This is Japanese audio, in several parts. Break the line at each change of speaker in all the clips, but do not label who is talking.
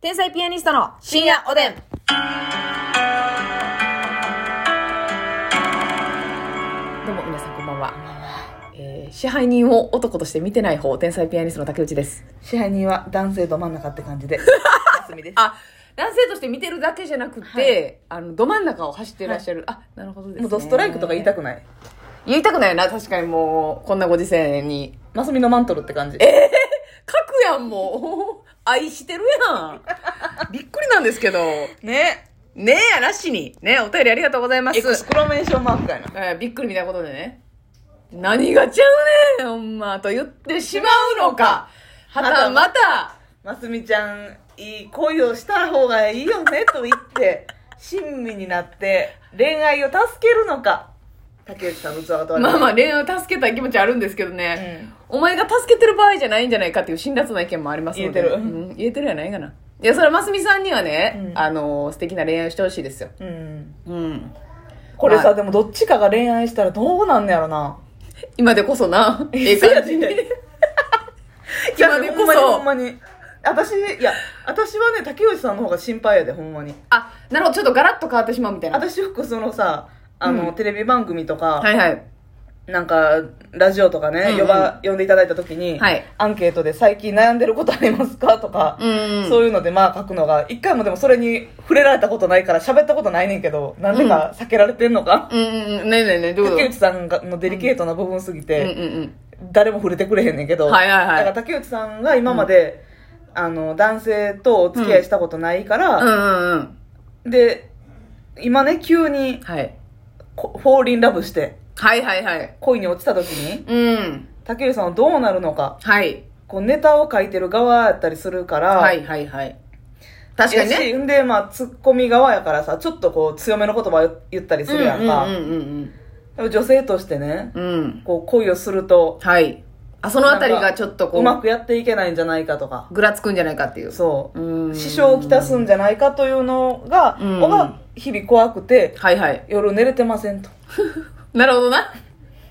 天才ピアニストの深夜おでん。どうも皆さんこんばんは。えー、支配人を男として見てない方、天才ピアニストの竹内です。
支配人は男性ど真ん中って感 じで休みです
あ、男性として見てるだけじゃなくて、あの、ど真ん中を走ってらっしゃる。あ、なるほどです、ね。
もうドストライクとか言いたくない
言いたくないな、確かにもう、こんなご時世に。
マスミのマントルって感じ
書くやん、もう。愛してるやん。びっくりなんですけど。
ね
ねえ、やらしに。ねえ、お便りありがとうございま
エクス
す。
クロメーションマークみたいな
えーびっくりみたいなことでね。何がちゃうねん、ほんま、と言ってしまうのか。はたまた、
マスミちゃんいい恋をした方がいいよねと 言って親身になって恋愛を助けるのか竹内さんの器が問われ
まあま
あ
あ恋愛を助けたい気持ちあるんですけどね、お前が助けてる場合じゃないんじゃないかっていう辛辣な意見もありますので。
言えてる
うん、言えてるやないかな。いや、それはますみさんにはね、
うん
あの、素敵な恋愛をしてほしいですよ。
うん
うん。
これさ、
はい
でもどっちかが恋愛したらどうなんねやろな
今でこそ な、ええ感じに。今で
ほ
こ
んまに
そ
ほん。まに私いや私はね竹内さんの方が心配やでほんまに
あ、なるほど、ちょっとガラッと変わってしまうみたいな。
私よくそのさあの、
うん
テレビ番組とか、
はいはい。
なんかラジオとかね、
うんうん
呼ば呼んでいただいた時に、
はい
アンケートで「最近悩んでることありますか?」とか、
うん。
そういうのでまあ書くのが一回もでもそれに触れられたことないから喋ったことないねんけどなんでか避けられてんのか、
うんうんうん。ねえねえねえ、どういうこ
竹
と
内さんがのデリケートな部分すぎ
うん
て、
うん
誰も触れてくれへんねんけど、
はいはいはい
だから竹内さんが今まで、あの男性とお付き合いしたことないか
うん。う
ら、
んうんうん。
で今ね急に
はい。
こフォーリンラブして
はいはいはい。
恋に落ちた時に
うん。
竹内さんはどうなるのか
はい。
こうネタを書いてる側やったりするから、
はいはいはい。確かに
や
ね。
しんで、まあ、ツッコミ側やからさ、ちょっとこう、強めの言葉を言ったりするやんか。
うんうんうん
でも女性としてね、
うんうん。うん。
こう、恋をすると、
はい。あ、そのあたりがちょっとこ
うま
う、
くやっていけないんじゃないかとか、
ぐらつくんじゃないかっていう。
そう。
うん。
支障をきたすんじゃないかというのが、
うん
のが日々怖くて、
はいはい。
夜寝れてませんと。
なるほどな。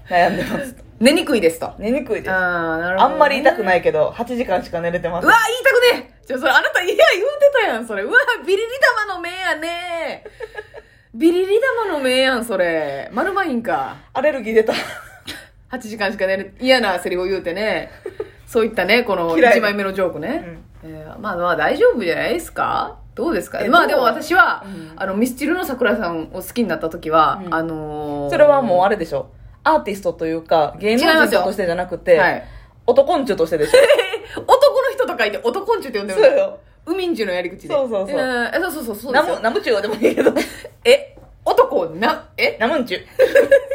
悩んでます。
寝にくいですと。あ
寝にくいです。あ
あ、なる
んまり痛く
い。
ないけど、8時間しか寝れてま
う
せ
わ
ん。、
言いたくねえちょ、それあなた、いや、言うてたやん、それ。うわ、ビリリ玉の目やねビリリ玉の目やん、それ。丸まいんか。
アレルギー出た。
8時間しか寝る嫌なセリフを言うて ねそういったねこの
嫌い
1枚目のジョークね、えーまあまあ大丈夫じゃないですかどうですか
え
ま
ど
あ
う
でも私は、
うん
あのミスチルの桜さんを好きになった時は、
うん
あのー
それはもうあれでしょ。アーティストというか、芸能
違いますよ
人としてじゃなくて、
はい、
男んちゅとしてでしょ。
男の人と書いて男んちゅって呼んでる
そうよ。
海んちゅのやり口で
そうそうそう
えーえそうそうそうそうで
ナ
す
ム、
よ
ナムチューでもい いけど。
え男をなえ
ナムンチュ。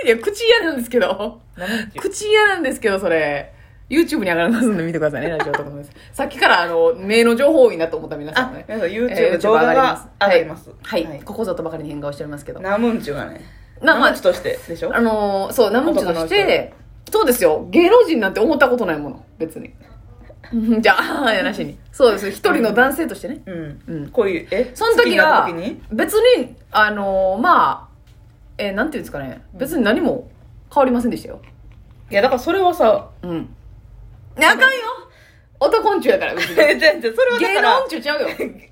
いや口嫌なんですけど
ナムンチ ュ。
口嫌なんですけど、それ。YouTube に上がりますんで見てくださいね、ラジオとか です。さっきから、あの、名の情報多いなと思った皆さ
あ
んね、。
皆さん
えー
YouTube 動画が上がります。
はい。はいここぞとばかりに変顔しておりますけど。
ナムンチュがね。
な
ナ
まあ
ムンチュとしてでしょ
あのー、そう、ナムンチュとして、そうですよ。芸能人なんて思ったことないもの、別に。 うんじゃあ、あーやなしに。そうです。一人の男性としてね。
うん。
うん
こういう、え
その時は
好きになった時に、
別に、あのー、まあ、えーなんていうんですかね。別に何も変わりませんでしたよ。
いや、だからそれはさ、
うん。ねあかんよ男んちゅやから、別に
え、じゃあじゃあ それはだ
芸
か
能
ら
ん、ちゅちゃうよ。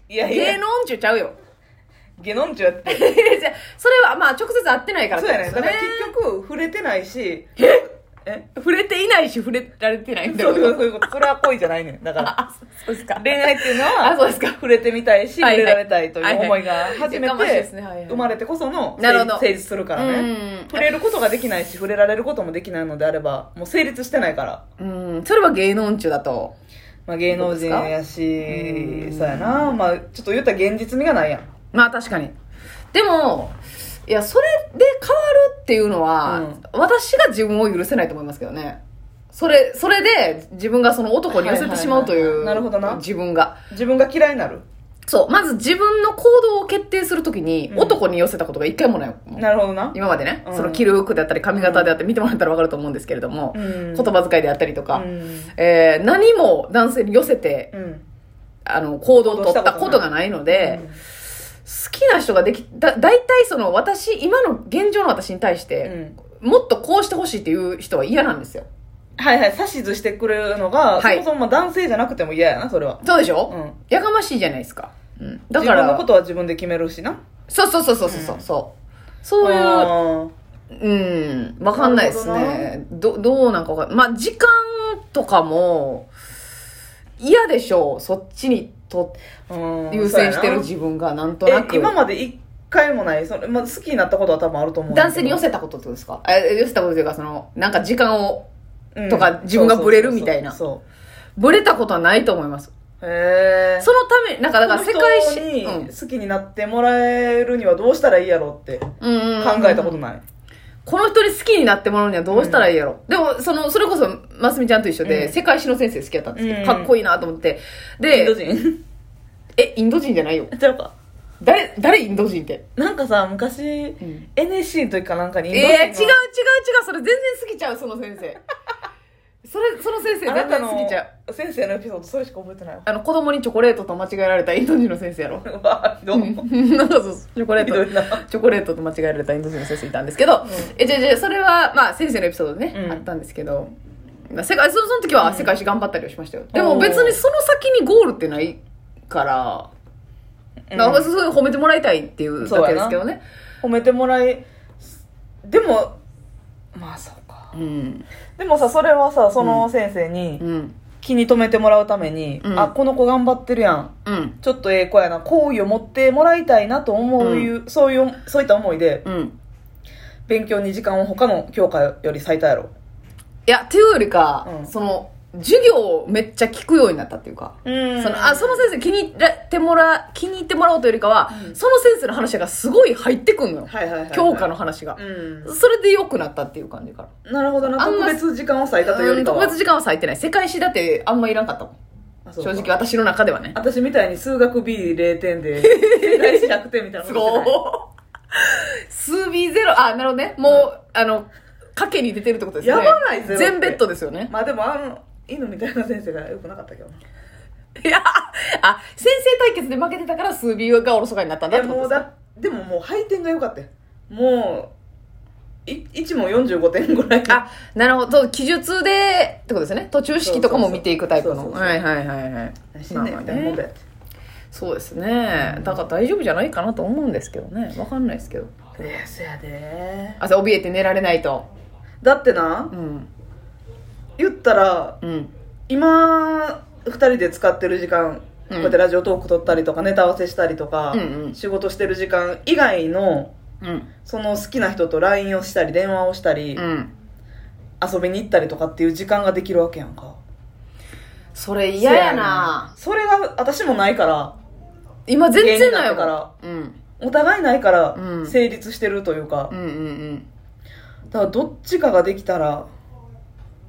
いやい
芸
や、
能んちゅちゃうよ。
ゲノンチュやって。
じゃあそれはまあ直接会ってないからっ
そ
て
う
こ
や
とですか
ね。だから
ね。
結局、触れてないし、
え
え
触れていないし触れられてないみたい
そ
な
う
こ
そう
と。
そういうこと。それは恋じゃないねん。だから。
あ、そうですか。
恋愛っていうの
あ、
は、
そうですか。
触れてみたいし、触
はいはい
れられたいという思いが初
い
め
やかましいで
て
すねはいはい
生まれてこその
なるほど
成立するから
うん
ね触れることができないし触れられることもできないのであればもう成立してないから、
うん、それは芸能んちゅだと。
まあ、芸能人や
う
し
ん
そうやな、まあ、ちょっと言ったら現実味がないやん
まあ確かに。でも、いや、それで変わるっていうのは、
うん
私が自分を許せないと思いますけどね。それ、それで自分がその男に寄せてしまうとい
はいは
う。
いはいなるほどな
自分が。
自分が嫌いになる
そう。まず自分の行動を決定するときに、
うん
男に寄せたことが一回もないもん。
なるほどな
今までね、
うん
その着る服であったり髪型であったり見てもらったら分かると思うんですけれども、
うん
言葉遣いであったりとか、
うん
えー何も男性に寄せて、
うん
あの、行動を取ったことがないので、
うん
好きな人ができ、だ、大体その私、今の現状の私に対して、もっとこうしてほしいっていう人は嫌なんですよ。
はいはい、指図してくれるのが、
はい
そもそもまあ男性じゃなくても嫌やな、それは。
そうでしょ、
うん
やかましいじゃないですか。うん、だから、
自分のことは自分で決めるしな。
そうそうそうそうそうそう。そういう、
あ
うん、わかんないですね。どどうなんかわかんない。まあ、時間とかも、嫌でしょう。そっちにと
ーうん
優先してる
そう
自分がなんと
や
な
な
く。
え、今まで一回もない、それ、まあ、好きになったことは多分あると思う。
男性に寄
せ、
せたことってことですかえ寄せたことというか、その、なんか時間を、
うん
とか自分がブレるみたいな
そう
ブレたことはないと思います。
そうそうそうへえ。
そのため、なんか、だから世界史、
この人
う
に好きになってもらえるにはどうしたらいいやろって考
んうんうん
えたことない。
この人に好きになってもらうにはどうしたらいいやろ、でもそのそれこそますみちゃんと一緒で、
うん
世界史の先生好きやったんですけど、
うん
かっこいいなと思って
インド
で
人
えインド人じゃないよ
ちゃうか。
誰誰インド人って、
なんかさ、昔、
ん
NSC の時かなんかに
え
イ
ー、
ン
違
ド
う
人
違う違
の
うそれ全然好きちゃうその先生 それその先生
あな
全
た
然
の
好きちゃう
先生のエピソードそれしか覚えてない わ
あの子供にチョコレートと間違えられたインド人の先生やろ
うわひどい
なんかそうチョコレー
ひど
ト
いな
チョコレートと間違えられたインド人の先生いたんですけど、えじゃあじゃあそれは、まあ、先生のエピソードでね、
うん
あったんですけどまあ世界そのその時は世界史頑張ったりはしましたよ、で
お
も
ー
別にその先にゴールってないから
うん
なんかすごい褒めてもらいたいっていう
そう
だ
や
けで
な
すけどね
褒めてもらいでもまあそうか
うん
でもさそれはさその先生に
うん
気に留めてもらうために、
うん
あこの子頑張ってるやん
うん
ちょっとええ子やな好意を持ってもらいたいなと思ういう、そういうそういった思いで
うん
勉強に時間を他の教科より割いたやろ
いやっていうよりか、
うん
その授業をめっちゃ聞くようになったっていうか、
うん
そのあその先生気に入ってもら気に入ってもらおうというよりかは、その先生の話がすごい入ってくんのよ、
はいはいはい、はい、
教科の話が
う、ん
それで良くなったっていう感じから
なるほどな
あん
特
ま
別時間を割いたというよりかは
特別時間は割いてない世界史だってあんまいらんかったもん
あそうか
正直私の中ではね
私みたいに数学 B0 点 で、世界史100点みたいな
す
ことしてない
ごい数 B ゼロあなるほどねもうあの賭けに出てるってことですね
やばないゼロって
全ベッドですよね
まあでも、あの、犬みたいな先生が良くなかったけどな。い
いやあ先生対決で負けてたから数 B がおろそかになったんだっ
や
てこと
も
で
う
すか
だ、でももう配点が良かったよ。もう、い1問45点ぐらい。
あなるほど記述でってことですね途中式とかも見ていくタイプ
そうそ
の
うそう
はいはいはいはい
死んでんみたいなもんだよって。
そうですねだから大丈夫じゃないかなと思うんですけどねわかんないですけど
えーそやで
あそう怯えて寝られないと
だってな
う、ん
言ったら、
うん
今、二人で使ってる時間、こうやってラジオトーク撮ったりとか、ネタ合わせしたりとか、
うんうん
仕事してる時間以外の、
うん
その好きな人と LINE をしたり、電話をしたり、
うん
遊びに行ったりとかっていう時間ができるわけやんか
それ嫌やな
それが私もないから
今全然ない
芸人になってから
うん、
お互いないか
う
ら
ん
成立してるというか、
うんうんうん
だからどっちかができたら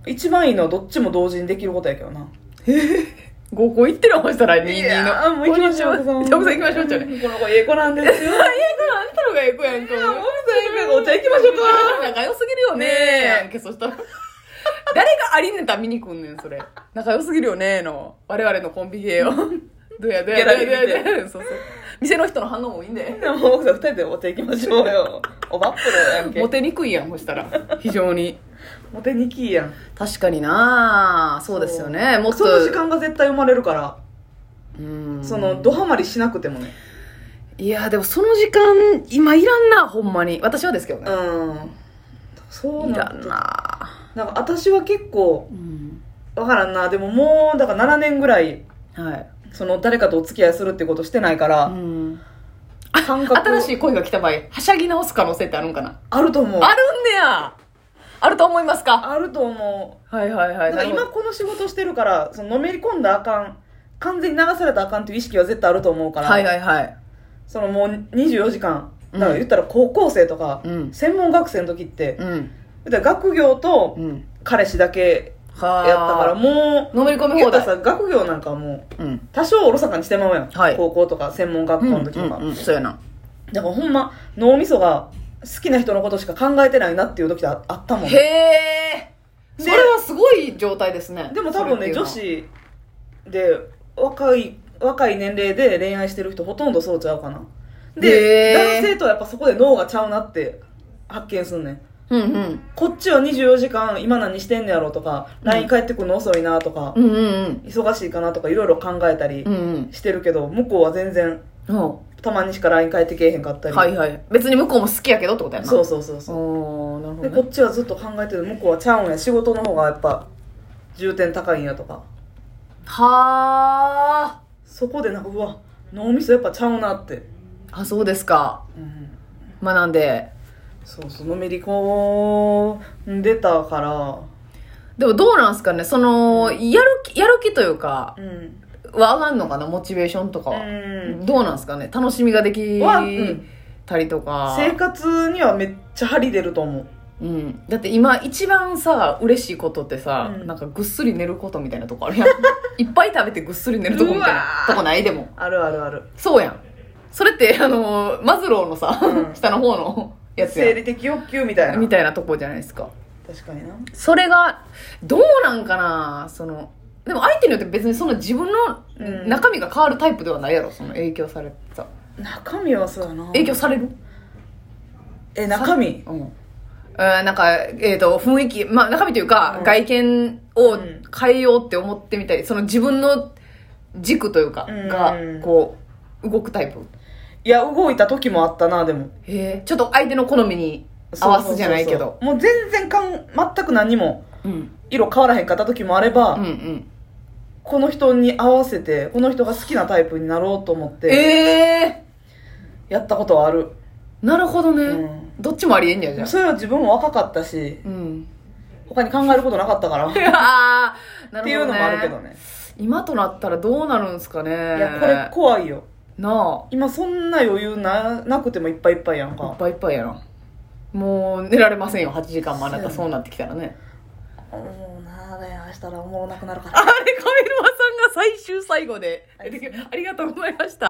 一番いいのはどっちも同時にできることやけどな
合コン行ってるお前したら22の
あもう行きましょう
こんにちは奥さん行きましょうじゃ
こ
ねえ
の子ええ子なんですよ
あんたのが行くやんか
奥さん行くお茶行きましょうか
仲良すぎるよね
ねえ
やんけそしたら誰がありネタ見に来んねんそれ仲良すぎるよねの我々のコンビ芸をどうやどうやどうやどうやどうやそうそう店の人の反応もいいんで
でも奥さん二人でお茶行きましょうよおばっぷろやんけ
モテにくいやんそしたら非常に
モテにきいやん
確かになそうですよねもっと
その時間が絶対生まれるから
うん
そのドハマりしなくてもね
いやでもその時間今いらんなほんまに私はですけど
う
ね、
んそう
い
な
ら
ん
ん
だ
な
なんか私は結構
うん
わからんなでももうだから7年ぐらい
はい、
その誰かとお付き合いするってことしてないから、感覚
新しい恋が来た場合はしゃぎ直す可能性ってあるんかな、
あると思う
あるんねやあると思いますか
あると思
はいはいは
う
い
だから今この仕事してるからそののめり込んだらあかん完全に流されたらあかんっていう意識は絶対あると思うから、
はいはいはい
そのもう24時間
うん
だから言ったら高校生とか、
うん
専門学生の時って、
うん
言ったら学業と
うん
彼氏だけや
は
ったからもう
のめり込み放
結構
題
さ学業なんかもう
うん
多少おろそかにしてまうやん、
はい
高校とか専門学校の時とか、
うんうんうんそうやな
だからほんま脳みそが好きな人のことしか考えてないなっていう時ああったもん
へえそれはすごい状態ですね
でも多分
それってい
ね
うの
女
は
子で若い若い年齢で恋愛してる人ほとんどそうちゃうかなで
へー
男性とはやっぱそこで脳がちゃうなって発見すんねん
うんうん
こっちは24時間今何してんねやろとか、
うん
LINE 帰ってくるの遅いなとか、
うんうん
忙しいかなとかいろいろ考えたり
うんうん
してるけど、向こうは全然
うんお
たまにしか LINE 帰ってけえへんかったり、
はいはい別に向こうも好きやけどってことやな
そううそうそうそう、
おーなるほ
で
ど、
こ
ね、
っちはずっと考えてる向こうはちゃうんや仕事の方がやっぱ重点高いんやとか
は
そこでなんかうわ脳みそやっぱちゃうなって、
ーあそうですか
うん、
学んで
そうそうのめり込んでたから
でもどうなんすかねそのやる気やる気というか
うん、
は上がんのかなモチベーションとかは、
うん
どうなんすかね楽しみができ
はうん
たりとか
生活にはめっちゃ張り出ると思う
うん、だって今一番さ嬉しいことってさ、
うん
なんかぐっすり寝ることみたいなとこある やんいっぱい食べてぐっすり寝るとこみたいう
わ
な
ー
とこないでも
あるあるある
そうやんそれってあのーマズローのさ、
うん
下の方のやつ
生
や
理的欲求みたいなん
みたいなとこじゃないですか
確かにな
それがどうなんかなそのでも相手によって別にその自分
う
の
ん
中身が変わるタイプではないやろその影響されてさ
中身はそうやな
影響される
え中身
うん、えーなんか、えっと雰囲気、まあ、中身というか、
うん
外見を
うん
変えようって思ってみたりその自分の軸というか
うん
がこう動くタイプ
いや動いた時もあったなでも
へえちょっと相手の好みに合わすじゃないけど
そうそうそうそうもう全然かん全く何も
うん
色変わらへんかった時もあれば、
うんうん
この人に合わせてこの人が好きなタイプになろうと思って
ええ
やったことはある、
ー、なるほどね、
うん
どっちもありえんねやじゃあ
それは自分も若かったし
うん
他に考える ことなかったからっ
いやーなるほど、ね、
ていうのもあるけどね
今となったらどうなるんすかね
いやこれ怖いよ
な
今そんな余裕ななくてもいっぱいいっぱいやん
あい
か
っぱいいっぱいやなもう寝られませんよ8時間もあなた
そ
そうなってきたらね
もうな恋愛したらおもろなくなるから
あれ、上沼さんが最終最後で、
はい
ありがとうございました。